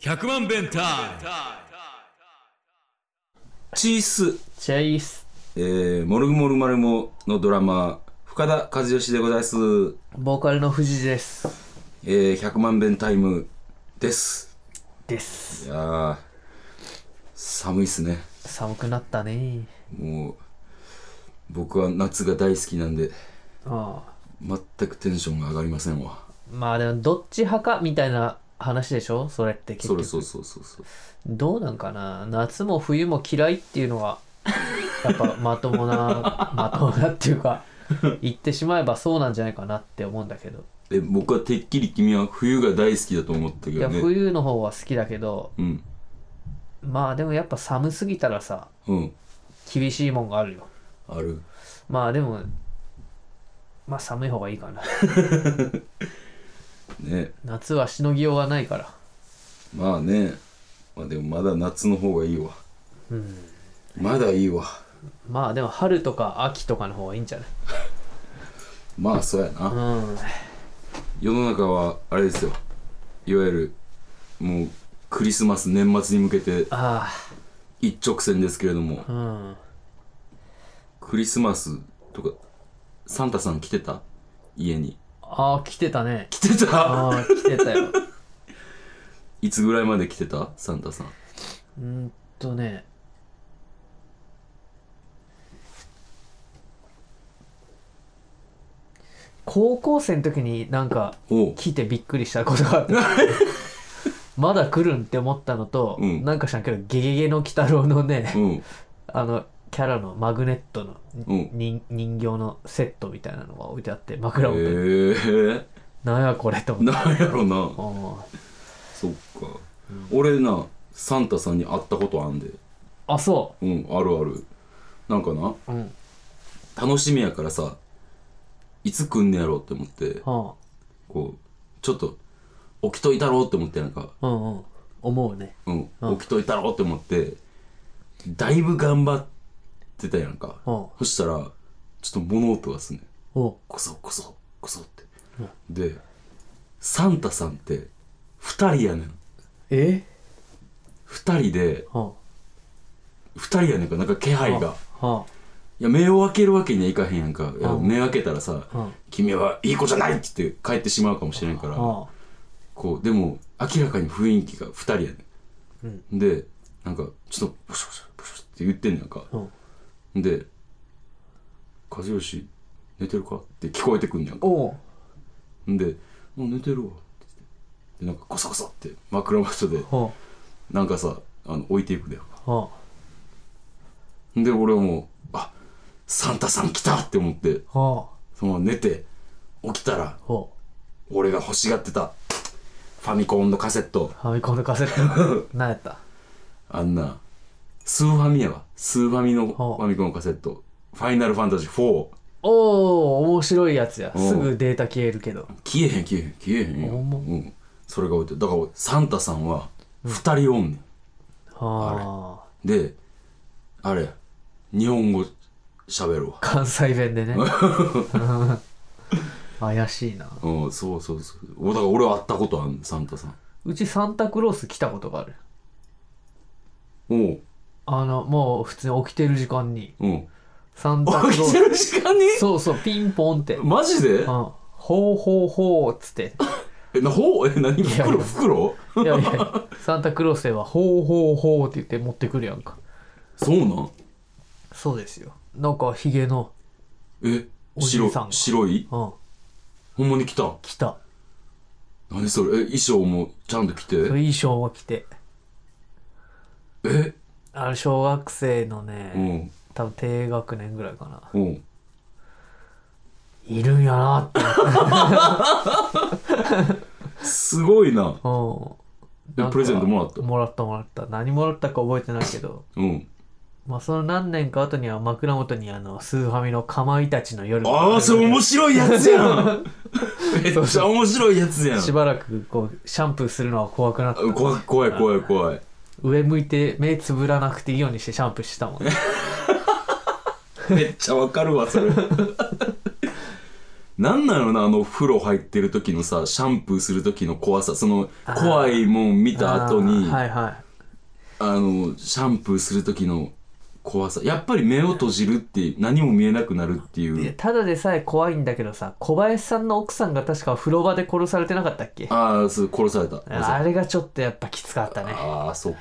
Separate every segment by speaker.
Speaker 1: 100万弁タ
Speaker 2: チース、
Speaker 3: チェイス
Speaker 2: えー、モルグモルマルモのドラマー、深田和義でございます。
Speaker 3: ボーカルの藤井です
Speaker 2: えー、100万遍タイムです。
Speaker 3: です
Speaker 2: いやー、寒いっすね。
Speaker 3: 寒くなったね
Speaker 2: もう、僕は夏が大好きなんで、
Speaker 3: ああ
Speaker 2: 全くテンションが上がりませんわ。
Speaker 3: まあでもどっち派かみたいな話でしょそれって結
Speaker 2: そ
Speaker 3: 局
Speaker 2: れそうそうそうそう。
Speaker 3: どうなんかな夏も冬も嫌いっていうの がやっぱまともなまともなっていうか言ってしまえばそうなんじゃないかなって思うんだけど
Speaker 2: え、僕はてっきり君は冬が大好きだと思ったけ
Speaker 3: いや
Speaker 2: どね。
Speaker 3: 冬の方は好きだけど
Speaker 2: うん。
Speaker 3: まあでもやっぱ寒すぎたらさ
Speaker 2: うん。
Speaker 3: 厳しいもんがあるよ
Speaker 2: ある。
Speaker 3: まあでもまあ寒い方がいいかな
Speaker 2: ね。
Speaker 3: 夏はしのぎようがないから
Speaker 2: まあね。まあでもまだ夏の方がいいわ。まだいいわ。
Speaker 3: まあでも春とか秋とかの方がいいんじゃない
Speaker 2: まあそうやな。
Speaker 3: うん
Speaker 2: 世の中はあれですよいわゆるもうクリスマス年末に向けて
Speaker 3: あ
Speaker 2: 一直線ですけれども
Speaker 3: あうん
Speaker 2: クリスマスとかサンタさん来てた家に
Speaker 3: ああ来てたね
Speaker 2: 来てた
Speaker 3: ああ来てたよ
Speaker 2: いつぐらいまで来てたサンタさん
Speaker 3: うーんとね高校生の時になんか
Speaker 2: おう
Speaker 3: 来てびっくりしたことがあった まだ来るんって思ったのと、
Speaker 2: うん
Speaker 3: なんか知らんけど「ゲゲゲの鬼太郎」のね
Speaker 2: うん
Speaker 3: あのキャラのマグネットの、
Speaker 2: うん
Speaker 3: 人人形のセットみたいなのが置いてあって
Speaker 2: へえ
Speaker 3: 枕元に、なんやこれと思って
Speaker 2: なんやろな
Speaker 3: あ
Speaker 2: そっか俺なサンタさんに会ったことあんで
Speaker 3: あそ
Speaker 2: うんあるあるなんかな
Speaker 3: ううん
Speaker 2: 楽しみやからさいつ来んねやろって思って
Speaker 3: は
Speaker 2: こう、ちょっと、起きといたろうって思って、なんか、
Speaker 3: あうんうん思うね
Speaker 2: うん、
Speaker 3: うん
Speaker 2: 起きといたろうって思って、だいぶ頑張ってたやんか。
Speaker 3: うん
Speaker 2: そしたら、ちょっと物音がすんねん。
Speaker 3: お
Speaker 2: こそこそ、こそって。で、サンタさんって、二人やねん。
Speaker 3: え
Speaker 2: 二人で、
Speaker 3: は
Speaker 2: 二人やねんか、なんか気配が。
Speaker 3: あはい
Speaker 2: や、目を開けるわけにはいかへんやんか。いや
Speaker 3: うん
Speaker 2: 目開けたらさ
Speaker 3: うん、
Speaker 2: 君はいい子じゃないって言って帰ってしまうかもしれんか
Speaker 3: あ
Speaker 2: ら。
Speaker 3: は
Speaker 2: こう、でも、明らかに雰囲気が二人やねん。で、なんか、ちょっと、ブシュブシュブシュって言ってんねやんか。
Speaker 3: あうん
Speaker 2: で、和義、寝てるかって聞こえてくんねやんか。
Speaker 3: おうん
Speaker 2: で、もう寝てるわって言って。で、なんか、ゴソゴソって枕元で、
Speaker 3: は
Speaker 2: なんかさ、あの、置いていくだよ。
Speaker 3: あは
Speaker 2: で、俺はもう、あ、サンタさん来たって思って、
Speaker 3: あは
Speaker 2: そのまま寝て、起きたら、
Speaker 3: あは
Speaker 2: 俺が欲しがってた、ファミコンのカセット、
Speaker 3: あはみ込んでカセ ット何やった
Speaker 2: あんな、スーファミやわ。スーファミのフ
Speaker 3: はあ
Speaker 2: ァミコンカセット。ファイナルファンタジー4。
Speaker 3: おお面白いやつや
Speaker 2: ん
Speaker 3: すぐデータ消えるけど
Speaker 2: 消えへん消えへん消えへんよ。
Speaker 3: ほんま
Speaker 2: うん。それが置いてるだから俺サンタさんは2人おんねん。
Speaker 3: はあ
Speaker 2: で、あれ、日本語喋るわ。
Speaker 3: 関西弁 でね怪しいな
Speaker 2: うん、そうそうそう。おだから俺は会ったことあんねんサンタさん。
Speaker 3: うちサンタクロース来たことがある
Speaker 2: おう、
Speaker 3: あのもう普通に起きてる時間に
Speaker 2: うん。
Speaker 3: サンタクロー
Speaker 2: 起きて
Speaker 3: ス
Speaker 2: る時間に
Speaker 3: そうそうピンポンって
Speaker 2: マジで
Speaker 3: うん、ほうほうほうっ つって。
Speaker 2: え、な、ほうえ、何
Speaker 3: やい
Speaker 2: 袋
Speaker 3: や
Speaker 2: 袋
Speaker 3: いやいや、サンタクロースではほうほうほうって言って持ってくるやんか。
Speaker 2: そうなん
Speaker 3: そうですよ。なんかヒゲの、
Speaker 2: え、
Speaker 3: おじ
Speaker 2: 白
Speaker 3: い
Speaker 2: い
Speaker 3: さんが
Speaker 2: 白い
Speaker 3: うん、
Speaker 2: ほんまに来た。
Speaker 3: 来た。
Speaker 2: 何それえ、衣装もちゃんと着て
Speaker 3: そういい衣装を着て。
Speaker 2: え
Speaker 3: あの、小学生のね、
Speaker 2: うん。
Speaker 3: 多分低学年ぐらいかな。
Speaker 2: うん。
Speaker 3: いるんやな って
Speaker 2: すごいな。
Speaker 3: 思って。
Speaker 2: で
Speaker 3: うん。
Speaker 2: プレゼントもらった
Speaker 3: もらったもらった。何もらったか覚えてないけど。
Speaker 2: うん。
Speaker 3: まあ、その何年か後には枕元にあの、スーファミのかまいたちの夜
Speaker 2: ああ、それ面白いやつや んめっちゃ面白いやつやん
Speaker 3: しばらくこう、シャンプーするのは怖くなった。
Speaker 2: 怖い怖い怖い怖い。
Speaker 3: 上向いて目つぶらなくていいようにしてシャンプーしてたも んね
Speaker 2: めっちゃわかるわ、それ。 なんなのな、あの、風呂入ってる時のさ、シャンプーする時の怖さ。その、怖いもん見た後に、
Speaker 3: あーはいはい
Speaker 2: あの、シャンプーする時の怖さ。やっぱり目を閉じるって、何も見えなくなるってい
Speaker 3: いや
Speaker 2: う。
Speaker 3: ただでさえ怖いんだけどさ小林さんの奥さんが確か風呂場で殺されてなかったっけ
Speaker 2: ああ、そう、殺された。
Speaker 3: あれがちょっとやっぱきつかったね
Speaker 2: ああ、そっ か。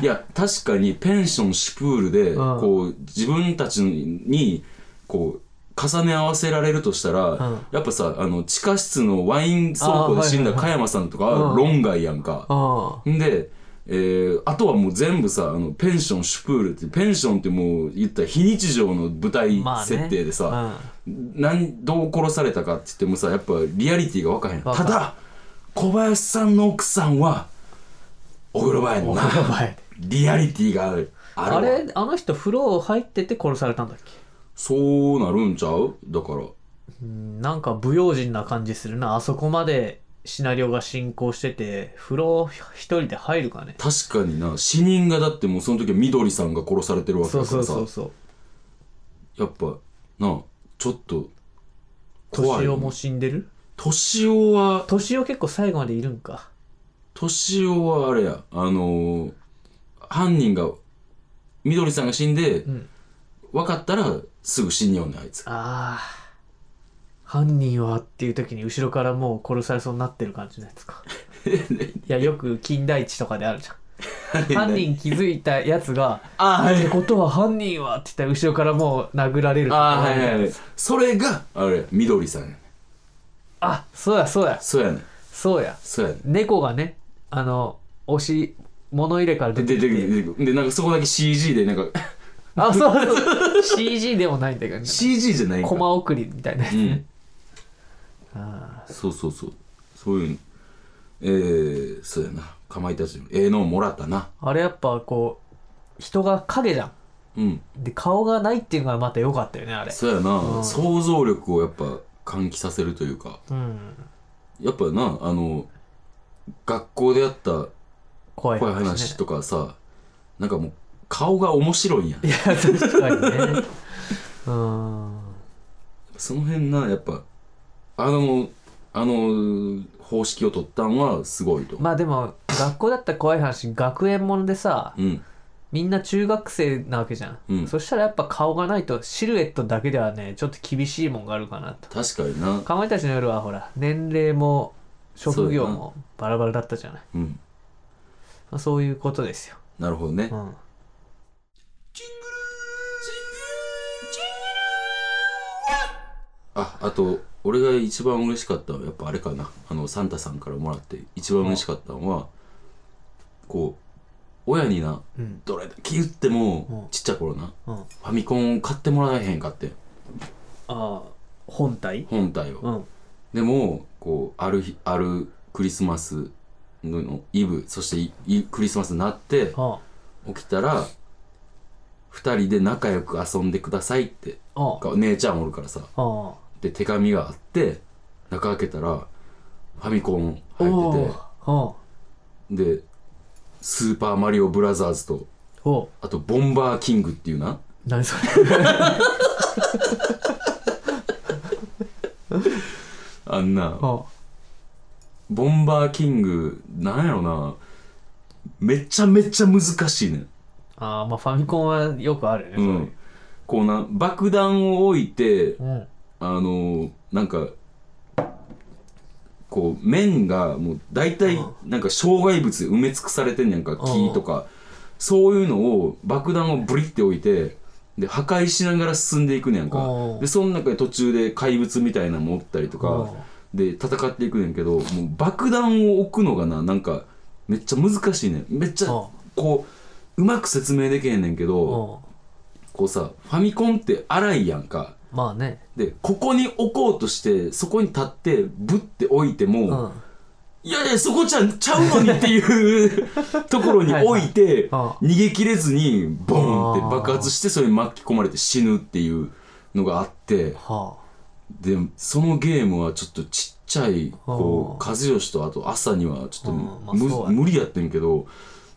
Speaker 2: いや、確かにペンション、シュプールで、
Speaker 3: ん
Speaker 2: こう、自分たちに、こう、重ね合わせられるとしたら、
Speaker 3: ん
Speaker 2: やっぱさ、あの、地下室のワイン倉庫で死ん
Speaker 3: あーはいはい
Speaker 2: だ
Speaker 3: はい
Speaker 2: 加山さんとか
Speaker 3: う
Speaker 2: は
Speaker 3: ん
Speaker 2: 論外やんか。
Speaker 3: うん
Speaker 2: んで、えーあとはもう全部さ、あの、ペンション、シュプールって、ペンションってもう言ったら非日常の舞台
Speaker 3: まあね
Speaker 2: 設定でさ、
Speaker 3: うん
Speaker 2: なんどう殺されたかって言ってもさやっぱリアリティが分からへん
Speaker 3: わか
Speaker 2: た
Speaker 3: る
Speaker 2: だ小林さんの奥さんはお風呂場やん
Speaker 3: お
Speaker 2: な
Speaker 3: 風呂場へ
Speaker 2: リアリティがあるある
Speaker 3: あ
Speaker 2: わ
Speaker 3: れあの人風呂入ってて殺されたんだっけ
Speaker 2: そうなるんちゃうだから
Speaker 3: うんなんか不用心な感じするなあそこまでシナリオが進行してて風呂一人で入るかね
Speaker 2: 確かにな死人がだってもうその時は緑さんが殺されてるわけ
Speaker 3: そ
Speaker 2: だ
Speaker 3: う
Speaker 2: か
Speaker 3: そ
Speaker 2: ら
Speaker 3: う
Speaker 2: さ
Speaker 3: そうそう
Speaker 2: やっぱなあちょっと怖い
Speaker 3: 年
Speaker 2: よ
Speaker 3: をも死んでる
Speaker 2: 年男は
Speaker 3: 年を結構最後までいるんか
Speaker 2: 年男はあれやあのー犯人が緑さんが死んで、
Speaker 3: ん
Speaker 2: 分かったらすぐ死によんねんあいつ
Speaker 3: ああ犯人はっていう時に後ろからもう殺されそうになってる感じのやつ かいやよく金田一とかであるじゃん犯人気づいたやつが
Speaker 2: あ
Speaker 3: 「ってことは犯人は」って言ったら後ろからもう殴られるとか
Speaker 2: あーはいはいはいそれがあれ緑さんやね
Speaker 3: あそうやそうや
Speaker 2: そうやね
Speaker 3: そうや
Speaker 2: そうやね
Speaker 3: 猫がねあの押し物入れから
Speaker 2: で
Speaker 3: 出て
Speaker 2: 出
Speaker 3: き
Speaker 2: て
Speaker 3: て
Speaker 2: くる出てくるでなんかそこだけ CG でなんか
Speaker 3: あそうそう CG でもないんだけどね
Speaker 2: CG じゃない んか
Speaker 3: コマ送りみたいなやつ
Speaker 2: う
Speaker 3: ね
Speaker 2: ん、
Speaker 3: あ
Speaker 2: そうそうそうそういうのえー、そうやなかまいたちのええのをもらったな
Speaker 3: ーあれやっぱこう人が影じゃん
Speaker 2: うん
Speaker 3: で顔がないっていうのがまた良かったよねあれ
Speaker 2: そうやな、
Speaker 3: うん
Speaker 2: 想像力をやっぱ喚起させるというか
Speaker 3: うん
Speaker 2: やっぱなあの学校でやった
Speaker 3: 怖い
Speaker 2: 怖い
Speaker 3: 話
Speaker 2: 話
Speaker 3: ね
Speaker 2: とかさなんかもう顔が面白いんやん
Speaker 3: いや確かにねうん
Speaker 2: その辺なやっぱあのあの方式を取ったんはすごいと、
Speaker 3: まあでも学校だったら怖い話学園ものでさ
Speaker 2: うん
Speaker 3: みんな中学生なわけじゃん、
Speaker 2: うん
Speaker 3: そしたらやっぱ顔がないとシルエットだけではねちょっと厳しいもんがあるかなと
Speaker 2: 確かにな
Speaker 3: かまいたちの夜はほら年齢も職業
Speaker 2: そうだ
Speaker 3: もバラバラだったじゃない
Speaker 2: うん
Speaker 3: まあ、そういうことですよ、
Speaker 2: なるほどね、
Speaker 3: うん、
Speaker 2: ああと俺が一番嬉しかったのはやっぱあれかなあのサンタさんからもらって一番嬉しかったのはこう親にな
Speaker 3: うん
Speaker 2: どれだけ言っても
Speaker 3: うん
Speaker 2: ちっちゃい頃な
Speaker 3: うん、あ
Speaker 2: ファミコンを買ってもらえへんかって
Speaker 3: あ本体
Speaker 2: 本体を、
Speaker 3: うん
Speaker 2: でもこうある日あるクリスマスのイブそしていいクリスマスになって、
Speaker 3: あ
Speaker 2: 起きたら2人で仲良く遊んでくださいって
Speaker 3: ああ
Speaker 2: か姉ちゃんおるからさ
Speaker 3: あ
Speaker 2: で手紙があって中開けたらファミコン
Speaker 3: お
Speaker 2: 入って
Speaker 3: お
Speaker 2: てで「スーパーマリオブラザーズ」と
Speaker 3: お
Speaker 2: あと「ボンバーキング」っていうな
Speaker 3: 何それ
Speaker 2: あんな
Speaker 3: あ
Speaker 2: ボンバーキングなんやろなめちゃめちゃ難しいねん
Speaker 3: あまあファミコンはよくあるね
Speaker 2: う
Speaker 3: それ
Speaker 2: んこうな爆弾を置いて
Speaker 3: うん
Speaker 2: あのーなんかこう面がもう大体なんか障害物埋め尽くされてんねやんか木とかそういうのを爆弾をブリって置いてで破壊しながら進んでいくねやんか
Speaker 3: うん
Speaker 2: でその中で途中で怪物みたいなのもおったりとかで戦っていくねんけどもう爆弾を置くのがななんかめっちゃ難しいねんめっちゃ
Speaker 3: うん
Speaker 2: こううまく説明できへんねんけど
Speaker 3: うん
Speaker 2: こうさファミコンって荒いやんか。
Speaker 3: まあね
Speaker 2: でここに置こうとしてそこに立ってぶって置いても、
Speaker 3: うんうん
Speaker 2: いやいやそこちゃんちゃうのにって いうところに置いて
Speaker 3: あ
Speaker 2: 逃げ切れずにボーン
Speaker 3: あ
Speaker 2: っ
Speaker 3: ー
Speaker 2: て爆発してそれに巻き込まれて死ぬっていうのがあって
Speaker 3: は
Speaker 2: でそのゲームはちょっとちっちゃいこう
Speaker 3: あ
Speaker 2: 和義とあと朝にはちょっと
Speaker 3: うんまあ
Speaker 2: む
Speaker 3: そうやね
Speaker 2: 無理やってんけど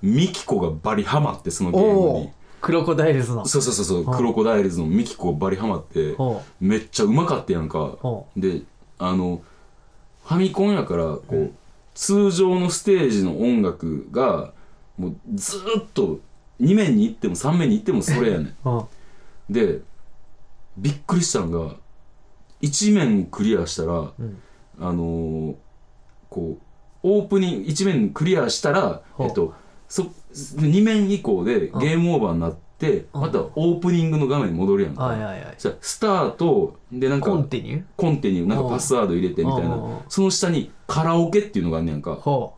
Speaker 2: ミキコがバリハマってその
Speaker 3: あ
Speaker 2: ゲームに
Speaker 3: クロコダイルズの
Speaker 2: そうそうそうそうクロコダイルズのミキコがバリハマって
Speaker 3: ほ
Speaker 2: めっちゃうまかったやんか
Speaker 3: うほ
Speaker 2: であのファミコンやからこう、
Speaker 3: うん
Speaker 2: 通常のステージの音楽がもうずーっと2面に行っても3面に行ってもそれやね
Speaker 3: うん
Speaker 2: んでびっくりしたのが1面クリアしたら
Speaker 3: うん
Speaker 2: あのーこうオープニング1面クリアしたら、
Speaker 3: ほう
Speaker 2: えっと、そ2面以降でゲ
Speaker 3: うん
Speaker 2: ームオーバーになって、
Speaker 3: うん
Speaker 2: またオープニングの画面に戻るやん
Speaker 3: はい
Speaker 2: か、
Speaker 3: はいはい
Speaker 2: そしたらスタートでなんか
Speaker 3: コンティニュー
Speaker 2: コンティニューなんかパスワード入れてみたい
Speaker 3: うんうんうん
Speaker 2: なその下にカラオケっていうのがあんねやんか
Speaker 3: ほ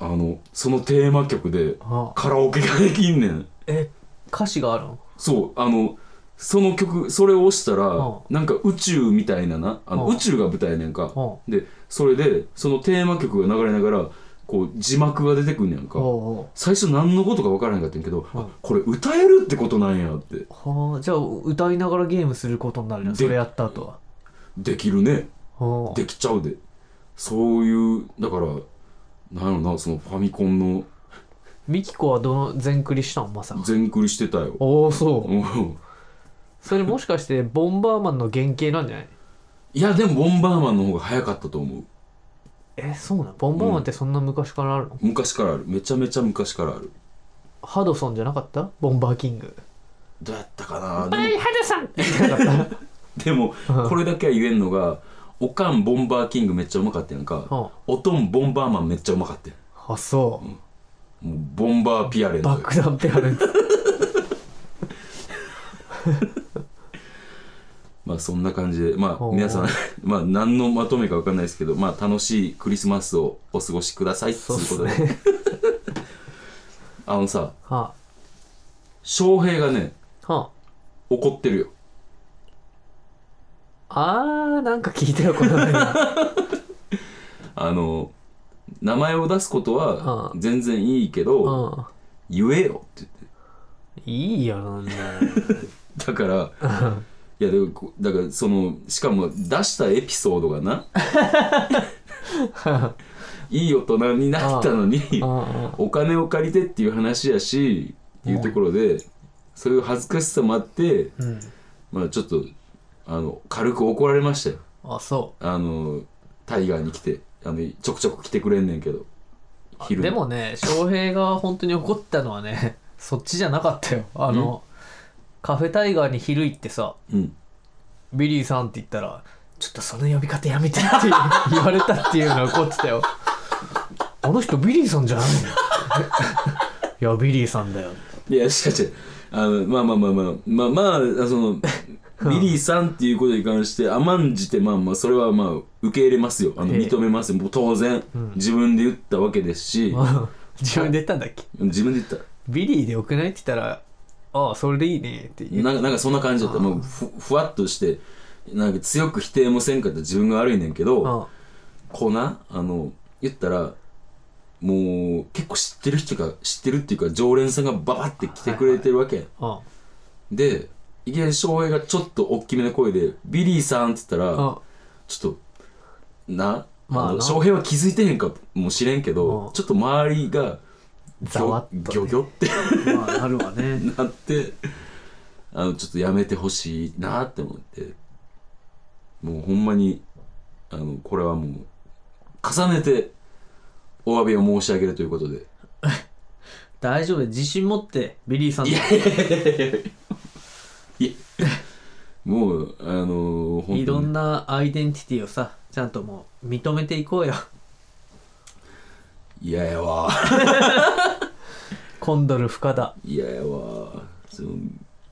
Speaker 2: あのそのテーマ曲で
Speaker 3: うあ
Speaker 2: カラオケができんねん
Speaker 3: え歌詞があるの
Speaker 2: そうあのその曲それを押したら
Speaker 3: うん
Speaker 2: なんか宇宙みたいななあの
Speaker 3: うん
Speaker 2: 宇宙が舞台やねんか
Speaker 3: ほ
Speaker 2: でそれでそのテーマ曲が流れながらこう字幕が出てくんねやん
Speaker 3: う
Speaker 2: か
Speaker 3: ほ
Speaker 2: 最初何のことか分からへんかったんやけど
Speaker 3: うん
Speaker 2: あこれ歌えるってことなんやって
Speaker 3: うほうじゃあ歌いながらゲームすることになるじゃん
Speaker 2: で
Speaker 3: それやった後は
Speaker 2: できるね
Speaker 3: ほう
Speaker 2: できちゃうでそういうだからなんやろなそのファミコンの
Speaker 3: ミキコはどの全クリしたんまさか
Speaker 2: 全クリしてたよ
Speaker 3: おおそう
Speaker 2: うん
Speaker 3: それもしかしてボンバーマンの原型なんじゃない
Speaker 2: いやでもボンバーマンの方が早かったと思う
Speaker 3: えそうなんボンバーマンってそんな昔からあるの、
Speaker 2: 昔からあるめちゃめちゃ昔からある
Speaker 3: ハドソンじゃなかったボンバーキング
Speaker 2: どうやったかなで も
Speaker 3: はいハドソンってなかっ
Speaker 2: でも
Speaker 3: うん
Speaker 2: これだけは言えんのがおかんボンバーキングめっちゃうまかったやん
Speaker 3: た、
Speaker 2: か
Speaker 3: うん
Speaker 2: おとんボンバーマンめっちゃうまかったやん
Speaker 3: あそう、
Speaker 2: もうボンバーピアレントよ
Speaker 3: 爆弾ペアレンツ
Speaker 2: まあそんな感じでまあ
Speaker 3: おー
Speaker 2: 皆さん まあ何のまとめかわかんないですけどまあ楽しいクリスマスをお過ごしくださいって
Speaker 3: そう
Speaker 2: い
Speaker 3: っ
Speaker 2: うこ
Speaker 3: す
Speaker 2: とで
Speaker 3: ね
Speaker 2: あのさ
Speaker 3: は
Speaker 2: 翔平がね
Speaker 3: あは
Speaker 2: 怒ってるよ
Speaker 3: ああーなんか聞いたよこの前
Speaker 2: あの名前を出すことは
Speaker 3: う
Speaker 2: 全然いいけど
Speaker 3: う
Speaker 2: 言えよって言って
Speaker 3: んいいよなんな
Speaker 2: だから
Speaker 3: の
Speaker 2: いやでもこだからそのしかも出したエピソードが ないい大人になったのに
Speaker 3: うんうん
Speaker 2: お金を借りてっていう話やしっていうところでそういう恥ずかしさもあって、
Speaker 3: うん
Speaker 2: まあ、ちょっとあの軽く怒られましたよ
Speaker 3: あそ
Speaker 2: あのタイガーに来てあのちょくちょく来てくれんねんけど
Speaker 3: う
Speaker 2: 昼に
Speaker 3: でもね翔平が本当に怒ったのはね そっちじゃなかったよあのカフェタイガーに昼行ってさ
Speaker 2: うん
Speaker 3: ビリーさんって言ったら、ちょっとその呼び方やめてって 言われたっていうのが怒ってたよ。あの人 ビリーさんじゃないのいや、ビリーさんだよ。
Speaker 2: いやしかしあのまあまあまあまあまあまあその ビリーさんっていうことに関して甘んじてまあまあそれはまあ受け入れますよあの
Speaker 3: ええ
Speaker 2: 認めますよもう当然、自分で言ったわけです し
Speaker 3: 自分で言ったんだっけ
Speaker 2: 自分で言った
Speaker 3: ビリーでよくないって言ったら、ああ、それでいいねって言う。
Speaker 2: なんかなんかそんな感じだったもうふふわっとしてなんか強く否定もせんかった自分が悪いねんけど、
Speaker 3: うん
Speaker 2: こうなあの言ったらもう結構知ってる人が知ってるっていうか常連さんがババって来てくれてるわけ、
Speaker 3: うん
Speaker 2: でいきなり翔平がちょっと大きめの声で「ビリーさん」って言ったら、
Speaker 3: うん
Speaker 2: ちょっとな
Speaker 3: まあ
Speaker 2: あの
Speaker 3: な
Speaker 2: 翔平は気づいてへんかもしれんけど、
Speaker 3: うん
Speaker 2: ちょっと周りが
Speaker 3: ざわっとね
Speaker 2: ギョギョギョって
Speaker 3: まあ、なるわね。
Speaker 2: なってあのちょっとやめてほしいなって思ってもうほんまにあのこれはもう重ねてお詫びを申し上げるということで
Speaker 3: 大丈夫、自信持って、ビリーさんだ
Speaker 2: もうあの本
Speaker 3: い
Speaker 2: 当
Speaker 3: ろ
Speaker 2: に
Speaker 3: んなアイデンティティをさ、ちゃんともう認めていこうよ。
Speaker 2: 嫌やわ
Speaker 3: コンドル深田。
Speaker 2: 嫌やわその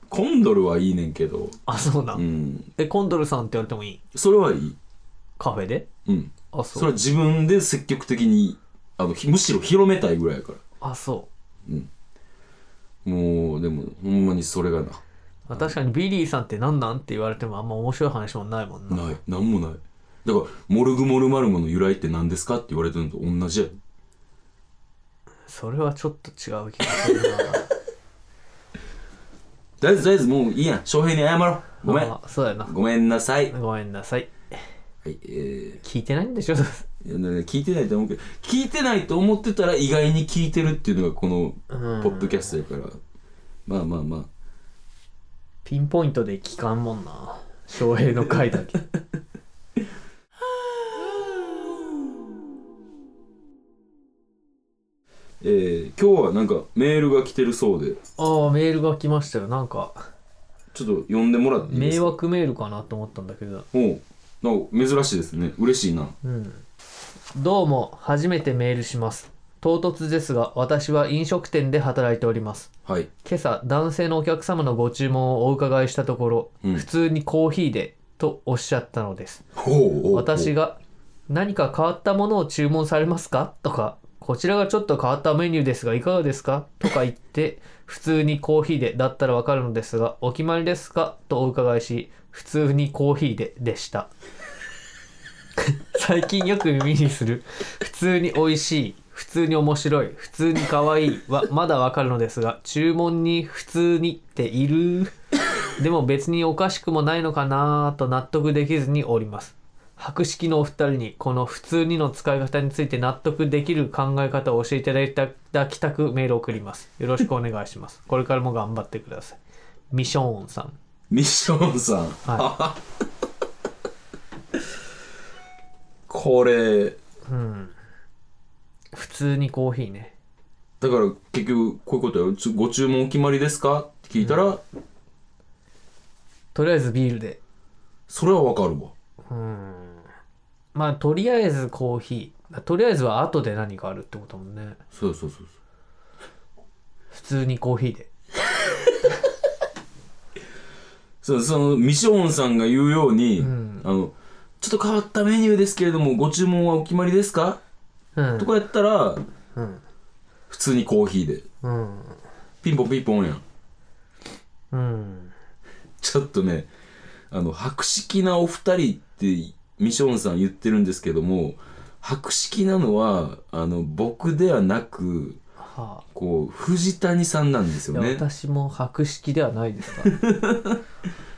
Speaker 2: コンドルはいいねんけど
Speaker 3: あ、そうな。
Speaker 2: うんん
Speaker 3: え、コンドルさんって言われてもいい
Speaker 2: それはいい
Speaker 3: カフェで
Speaker 2: うん
Speaker 3: あ、
Speaker 2: そ
Speaker 3: そう。
Speaker 2: れは自分で積極的にあのひむしろ広めたいぐらいやから
Speaker 3: あそう
Speaker 2: もうでもほんまにそれがな
Speaker 3: まあ確かにビリーさんって何なんって言われてもあんま面白い話もないもんな
Speaker 2: ないなんもないだから「モルグモルマルモの由来って何ですか?」って言われてるのと同じや
Speaker 3: それはちょっと違う気がするな
Speaker 2: だいずだいずもういいやん翔平に謝ろう ごめん、
Speaker 3: まあそうだな
Speaker 2: ごめんなさい、は
Speaker 3: ごめんなさい
Speaker 2: いえ
Speaker 3: 聞いてないんでしょ
Speaker 2: ーいやね聞いてないと思うけど聞いてないと思ってたら意外に聞いてるっていうのがこの
Speaker 3: うん
Speaker 2: ポッドキャストやからまあまあまあ
Speaker 3: ピンポイントで聞かんもんな翔平の回だけ
Speaker 1: 「
Speaker 2: えー今日はなんかメールが来てるそうで
Speaker 3: ああメールが来ましたよなんか
Speaker 2: ちょっと読んでもらっていいです
Speaker 3: 迷
Speaker 2: か
Speaker 3: 惑メールかなと思ったんだけど
Speaker 2: おうなんか珍しいですね嬉しいな
Speaker 3: うんどうも初めてメールします唐突ですが私は飲食店で働いております
Speaker 2: はい
Speaker 3: 今朝男性のお客様のご注文をお伺いしたところ、
Speaker 2: うん
Speaker 3: 普通にコーヒーでとおっしゃったのです
Speaker 2: ほうほう
Speaker 3: 私が何か変わったものを注文されますかとかこちらがちょっと変わったメニューですがいかがですかとか言って普通にコーヒーでだったらわかるのですがお決まりですかとお伺いし普通にコーヒーででした最近よく耳にする普通に美味しい普通に面白い普通に可愛いはまだわかるのですが注文に普通にっているでも別におかしくもないのかなぁと納得できずにおります博識のお二人にこの普通にの使い方について納得できる考え方を教えていただいたいただきたくメールを送りますよろしくお願いしますこれからも頑張ってくださいミショーンさん
Speaker 2: ミッションさん、
Speaker 3: は
Speaker 2: これ
Speaker 3: うん普通にコーヒーね
Speaker 2: だから結局こういうことよちょご注文お決まりですかって聞いたら、
Speaker 3: とりあえずビールで
Speaker 2: それはわかるわ
Speaker 3: うんまあとりあえずコーヒーとりあえずは後で何かあるってこともんね
Speaker 2: そうそうそうそう
Speaker 3: 普通にコーヒーで
Speaker 2: そうそのミションさんが言うように、
Speaker 3: ん
Speaker 2: あのちょっと変わったメニューですけれどもご注文はお決まりですか、
Speaker 3: うん
Speaker 2: とかやったら
Speaker 3: うん
Speaker 2: 普通にコーヒーで
Speaker 3: うん
Speaker 2: ピンポンピンポンやん
Speaker 3: うん
Speaker 2: ちょっとねあの博識なお二人ってミションさん言ってるんですけども博識なのはあの僕ではなく
Speaker 3: はあ
Speaker 2: こう藤谷さんなんです
Speaker 3: い
Speaker 2: よ
Speaker 3: や
Speaker 2: ね
Speaker 3: 私も博識ではないです から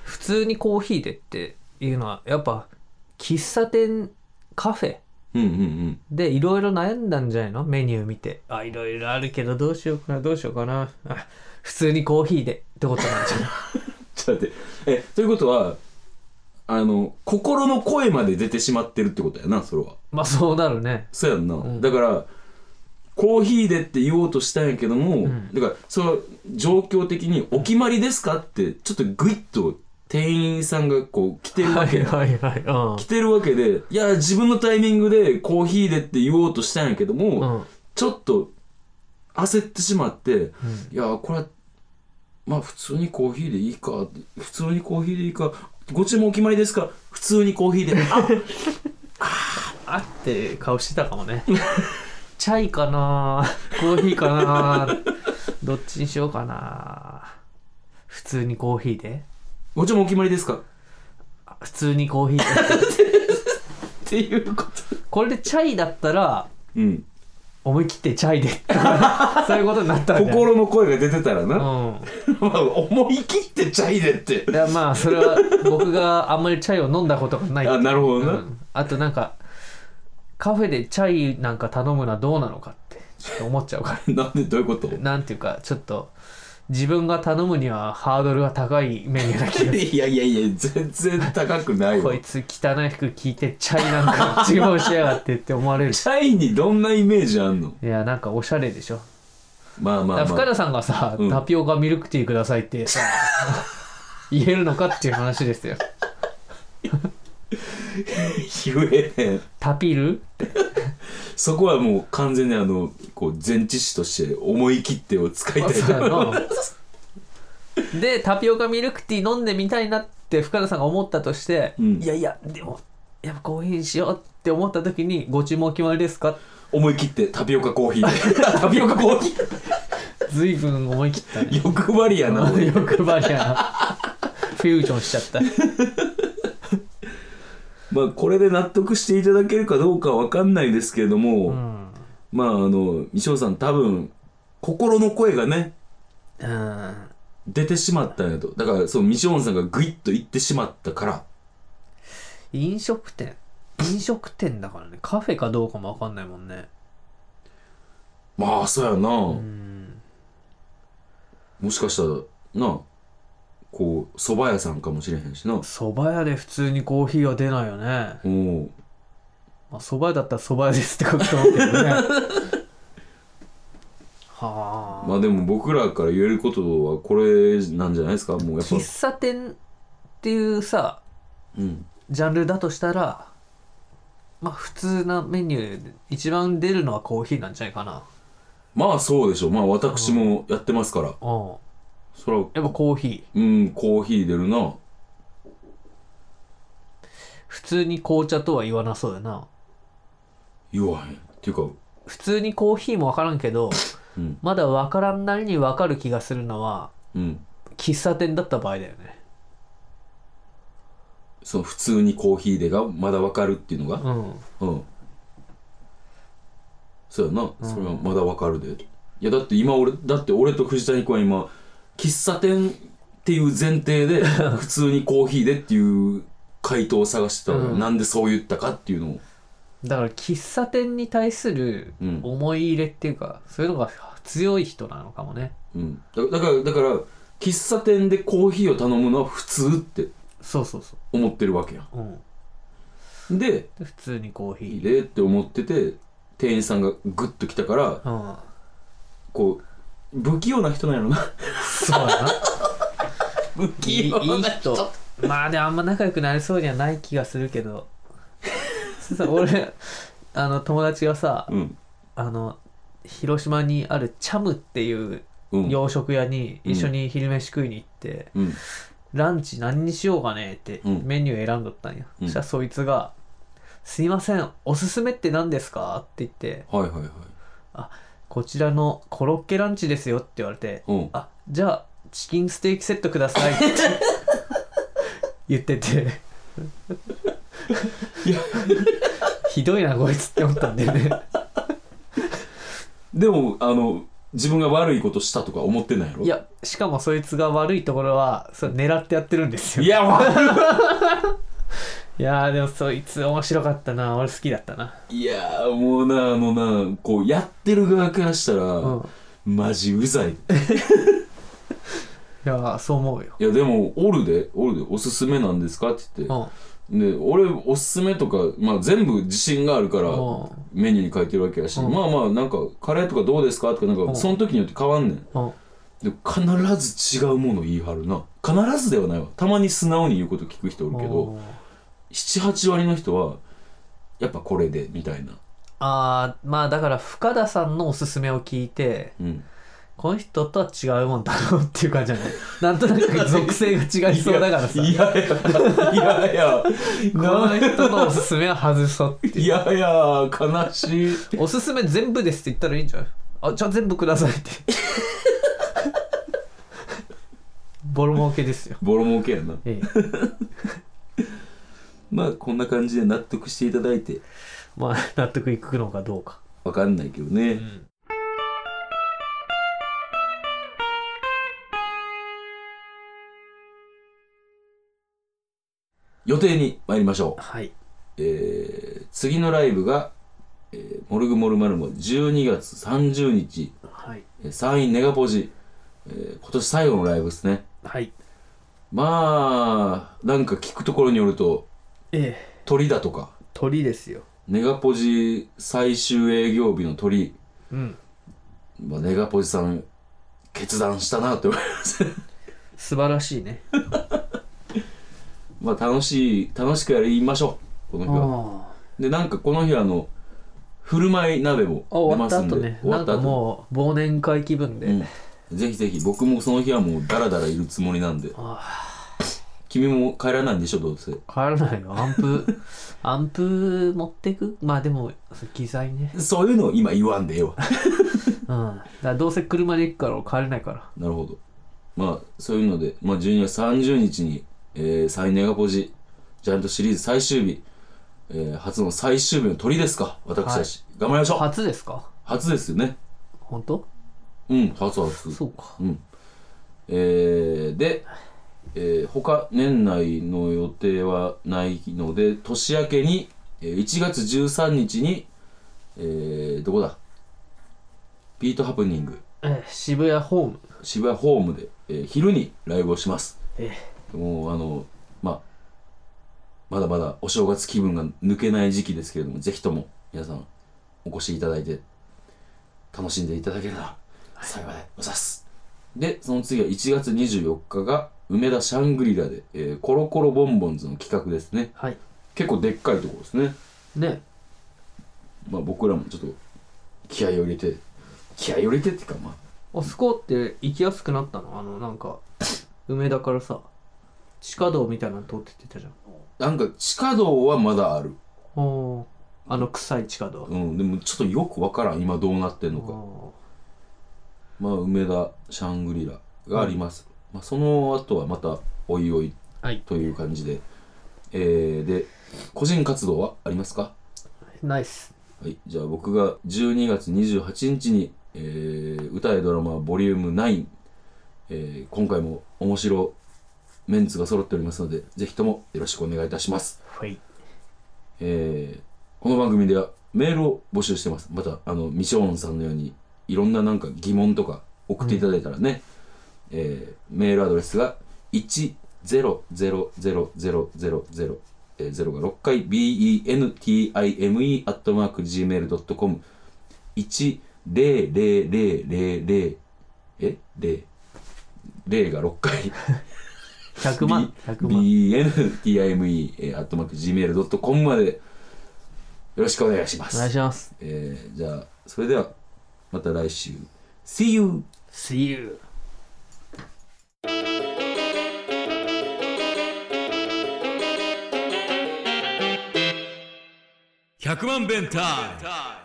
Speaker 3: 普通にコーヒーでっていうのはやっぱ喫茶店カフェ
Speaker 2: うんうんうん
Speaker 3: でいろいろ悩んだんじゃないのメニュー見てあいろいろあるけどどうしようかなどうしようかなあ普通にコーヒーでってことなんじゃない
Speaker 2: ちょっと待ってえということはあの心の声まで出てしまってるってことやなそれは
Speaker 3: まあそうなるね
Speaker 2: そうやんな、
Speaker 3: ん
Speaker 2: だからコーヒーでって言おうとしたんやけども、
Speaker 3: ん
Speaker 2: だからその状況的に「お決まりですか?」ってちょっとグイッと店員さんがこう来てる
Speaker 3: は
Speaker 2: わけ
Speaker 3: い
Speaker 2: や、
Speaker 3: はいはいうん
Speaker 2: 来てるわけでいや自分のタイミングでコーヒーでって言おうとしたんやけども、
Speaker 3: うん
Speaker 2: ちょっと焦ってしまって、いやこれまあ普通にコーヒーでいいか普通にコーヒーでいいかご注文お決まりですか普通にコーヒー であ
Speaker 3: あって顔してたかも ねチャイかなコーヒーかなどっちにしようかな普通にコーヒーで
Speaker 2: ご注文お決まりですかっ
Speaker 3: 普通にコーヒーで
Speaker 2: ていうこと
Speaker 3: これでチャイだったら
Speaker 2: うん
Speaker 3: 思い切ってチャイで そういうことになったんだよ
Speaker 2: 心の声が出てたらな、 ま
Speaker 3: うん
Speaker 2: あ思い切ってチャイでって
Speaker 3: いやまあそれは僕があんまりチャイを飲んだことがない
Speaker 2: あなるほどな、
Speaker 3: うんあとなんかカフェでチャイなんか頼むのはどうなのかってちょっと思っちゃうから
Speaker 2: なんでど ういうこと
Speaker 3: なんていうかちょっと自分が頼むにはハードルが高いメニューな 気がする
Speaker 2: いやいやいや全然高くない
Speaker 3: こ
Speaker 2: わ
Speaker 3: いつ汚い服着いてチャイなんか注文しやがってって思われる
Speaker 2: チャイにどんなイメージあんの
Speaker 3: いやなんかおしゃれでしょ
Speaker 2: まあま
Speaker 3: だ
Speaker 2: あ
Speaker 3: か
Speaker 2: まあ
Speaker 3: ら深田さんがさ、
Speaker 2: うん
Speaker 3: タピオカミルクティーくださいってさ 言えるのかっていう話ですよ
Speaker 2: 言えねえ
Speaker 3: タピル
Speaker 2: そこはもう完全にあのこう前置詞として思い切ってを使いたいと思います
Speaker 3: でタピオカミルクティー飲んでみたいなって深田さんが思ったとして、
Speaker 2: うん
Speaker 3: いやいやでもやっぱコーヒーにしようって思った時にご注文お決まりですか
Speaker 2: 思い切ってタピオカコーヒーでタピオカコーヒ
Speaker 3: ずいぶん思い切ったね
Speaker 2: ー欲張りやな俺
Speaker 3: 欲張りやなフュージョンしちゃった
Speaker 2: まあこれで納得していただけるかどうかわかんないですけれども、
Speaker 3: うん
Speaker 2: まああの西尾さん多分心の声がね
Speaker 3: うん
Speaker 2: 出てしまったんやとだからそう西尾さんがグイッと行ってしまったから
Speaker 3: 飲食店飲食店だからねカフェかどうかも分かんないもんね
Speaker 2: まあそうやな、
Speaker 3: うん
Speaker 2: もしかしたらなこう蕎麦屋さんかもしれへんしな
Speaker 3: 蕎麦屋で普通にコーヒーは出ないよね
Speaker 2: おお
Speaker 3: まあ、蕎麦屋だったら蕎麦屋ですって書くと思うけどねはあ
Speaker 2: まあでも僕らから言えることはこれなんじゃないですかもうやっぱ
Speaker 3: 喫茶店っていうさ
Speaker 2: うん
Speaker 3: ジャンルだとしたらまあ普通なメニューで一番出るのはコーヒーなんじゃないかな
Speaker 2: まあそうでしょうまあ私もやってますから
Speaker 3: うん
Speaker 2: そら
Speaker 3: やっぱコーヒー
Speaker 2: うんコーヒー出るな
Speaker 3: 普通に紅茶とは言わなそうやな
Speaker 2: 言わへんっていうか
Speaker 3: 普通にコーヒーも分からんけど
Speaker 2: うん
Speaker 3: まだ分からんなりに分かる気がするのは
Speaker 2: うん
Speaker 3: 喫茶店だった場合だよね
Speaker 2: その普通にコーヒーでがまだわかるっていうのが
Speaker 3: うん
Speaker 2: うんそうやなそれはまだわかるで、いやだって今俺だって俺と藤谷君は今喫茶店っていう前提 で普通にコーヒーでっていう回答を探してたのよ、
Speaker 3: うん
Speaker 2: なんでそう言ったかっていうのを
Speaker 3: だから喫茶店に対する
Speaker 2: うん
Speaker 3: 思い入れっていうか、そういうのが強い人なのかもね
Speaker 2: うん、だだからだから喫茶店でコーヒーを頼むのは普通って
Speaker 3: そうそうそ
Speaker 2: 思ってるわけや
Speaker 3: う、うん、
Speaker 2: んで
Speaker 3: で普通にコーヒ
Speaker 2: いい
Speaker 3: ー
Speaker 2: でって思ってて店員さんがグッと来たから
Speaker 3: うん
Speaker 2: こう不器用な人なんやろな
Speaker 3: そうやな
Speaker 2: 不
Speaker 3: いいいい人まあでもあんま仲良くなりそうにはない気がするけどさ俺あの友達がさ
Speaker 2: うん
Speaker 3: あの広島にあるチャムっていう
Speaker 2: うん
Speaker 3: 洋食屋に一緒に昼飯食いに行って、
Speaker 2: うん
Speaker 3: ランチ何にしようかねって
Speaker 2: うん
Speaker 3: メニュー選んどったんや、
Speaker 2: うん
Speaker 3: そしたらそいつが「すいませんおすすめって何ですか?」って言って
Speaker 2: はいはいはい
Speaker 3: 「こちらのコロッケランチですよ」って言われて
Speaker 2: うん
Speaker 3: 「あじゃあチキンステーキセットください」って言っててひどいなこいつって思ったんだよね
Speaker 2: でもあの自分が悪いことしたとか思ってないやろ
Speaker 3: いやしかもそいつが悪いところはそれ狙ってやってるんですよ
Speaker 2: いや悪
Speaker 3: いやーでもそいつ面白かったな俺好きだったない
Speaker 2: いやーもうなあのなこうやってる側からしたら、
Speaker 3: うんい
Speaker 2: マジうざい
Speaker 3: やーそう思うよ
Speaker 2: いやでもおるでおるでおすすめなんですかって言って、
Speaker 3: うん
Speaker 2: で俺おすすめとか、まあ、全部自信があるから
Speaker 3: うん
Speaker 2: メニューに書いてるわけやし、
Speaker 3: うん
Speaker 2: まあまあなんかカレーとかどうですかとかなん
Speaker 3: う
Speaker 2: か
Speaker 3: ん
Speaker 2: その時によって変わんねん
Speaker 3: うん
Speaker 2: でも必ず違うもの言い張るな必ずではないわたまに素直に言うこと聞く人おるけど78割の人はやっぱこれでみたいな
Speaker 3: ああまあだから深田さんのおすすめを聞いて
Speaker 2: うん
Speaker 3: この人とは違うもんだろうっていう感じじゃないなんとなく属性が違いそうだからさ
Speaker 2: いやいやいやいや
Speaker 3: この人のおすすめは外そうって
Speaker 2: いやいや悲しい
Speaker 3: おすすめ全部ですって言ったらいいんじゃないあじゃあ全部くださいってボロ儲けですよ
Speaker 2: ボロ儲けやな
Speaker 3: ええ
Speaker 2: まあこんな感じで納得していただいて
Speaker 3: まあ納得いくのかどうか
Speaker 2: わかんないけどね、
Speaker 3: ん
Speaker 2: 予定に参りましょう
Speaker 3: はい
Speaker 2: えー次のライブが、えーモルグモルマルモ12月30日、
Speaker 3: はい
Speaker 2: えー山陰ネガポジ、えー今年最後のライブですね
Speaker 3: はい
Speaker 2: まあなんか聞くところによると
Speaker 3: ええ
Speaker 2: 鳥だとか
Speaker 3: 鳥ですよ
Speaker 2: ネガポジ最終営業日の鳥、
Speaker 3: うん
Speaker 2: まあ、ネガポジさん決断したなって思います
Speaker 3: 素晴らしいね
Speaker 2: まあ楽しい楽しくやりましょうこの日は
Speaker 3: あ
Speaker 2: でなんかこの日あの振る舞い鍋も
Speaker 3: あ終
Speaker 2: 出
Speaker 3: わっ
Speaker 2: ま
Speaker 3: た
Speaker 2: すんで
Speaker 3: 後ねなんかもう忘年会気分で、
Speaker 2: うんぜひぜひ僕もその日はもうダラダラいるつもりなんで
Speaker 3: あ
Speaker 2: 君も帰らないんでしょどうせ
Speaker 3: あ帰らないよアンプ アンプ持ってくまあでも機材ね
Speaker 2: そういうのを今言わんで ええわ
Speaker 3: うんだからどうせ車で行くから俺帰れないから
Speaker 2: なるほどまあそういうので、まあ、12月30日に、えー、サイネガポジジャイアントシリーズ最終日、えー初の最終日の鳥ですか私たち、頑張りましょう
Speaker 3: 初ですか
Speaker 2: 初ですよね
Speaker 3: 本当
Speaker 2: うん初初
Speaker 3: そうか
Speaker 2: うんえーで、えー他年内の予定はないので年明けにえー1月13日に、えーどこだビートハプニング
Speaker 3: ええ渋谷ホーム
Speaker 2: 渋谷ホームで、えー昼にライブをします
Speaker 3: え
Speaker 2: もうあのまあまだまだお正月気分が抜けない時期ですけれどもぜひとも皆さんお越しいただいて楽しんでいただければ最後までおざっすでその次は1月24日が梅田シャングリラで、えーコロコロボンボンズの企画ですね
Speaker 3: はい
Speaker 2: 結構でっかいところですね
Speaker 3: ね
Speaker 2: まあ僕らもちょっと気合を入れて気合を入れてっていうかまあ
Speaker 3: あそこって行きやすくなったのあのなんか梅田からさ地下道みたいなの通ってってたじゃん
Speaker 2: なんか地下道はまだある。
Speaker 3: おーあの臭い地下道、
Speaker 2: うん、でもちょっとよくわからん、今どうなってんのか。
Speaker 3: お
Speaker 2: まあ、梅田、シャングリラがあります。まあ、その後はまた、おいおい
Speaker 3: ーはい
Speaker 2: という感じで。えー、で、個人活動はありますか
Speaker 3: ナイス
Speaker 2: はい。じゃあ僕が12月28日に、えー、歌えドラマボリューム9、えー、今回も面白メンツが揃っておりますので、ぜひともよろしくお願いいたします。
Speaker 3: フェイ
Speaker 2: えーこの番組ではメールを募集してます。また、あの、ミショーンさんのように、いろんななんか疑問とか送っていただいたらね、えーメールアドレスが1 0 0 0 0 0 0えー、0が6回 bentime.gmail.com 1000000え ?0 0が6回
Speaker 3: 100万100万
Speaker 2: bntime えー、アットマーク gmail.com までよろしくお願いしま
Speaker 3: お願い
Speaker 2: す。
Speaker 3: します
Speaker 2: えー、じゃあ、それでは、また来週。See you!
Speaker 3: See you
Speaker 1: Hyakuman Bentai.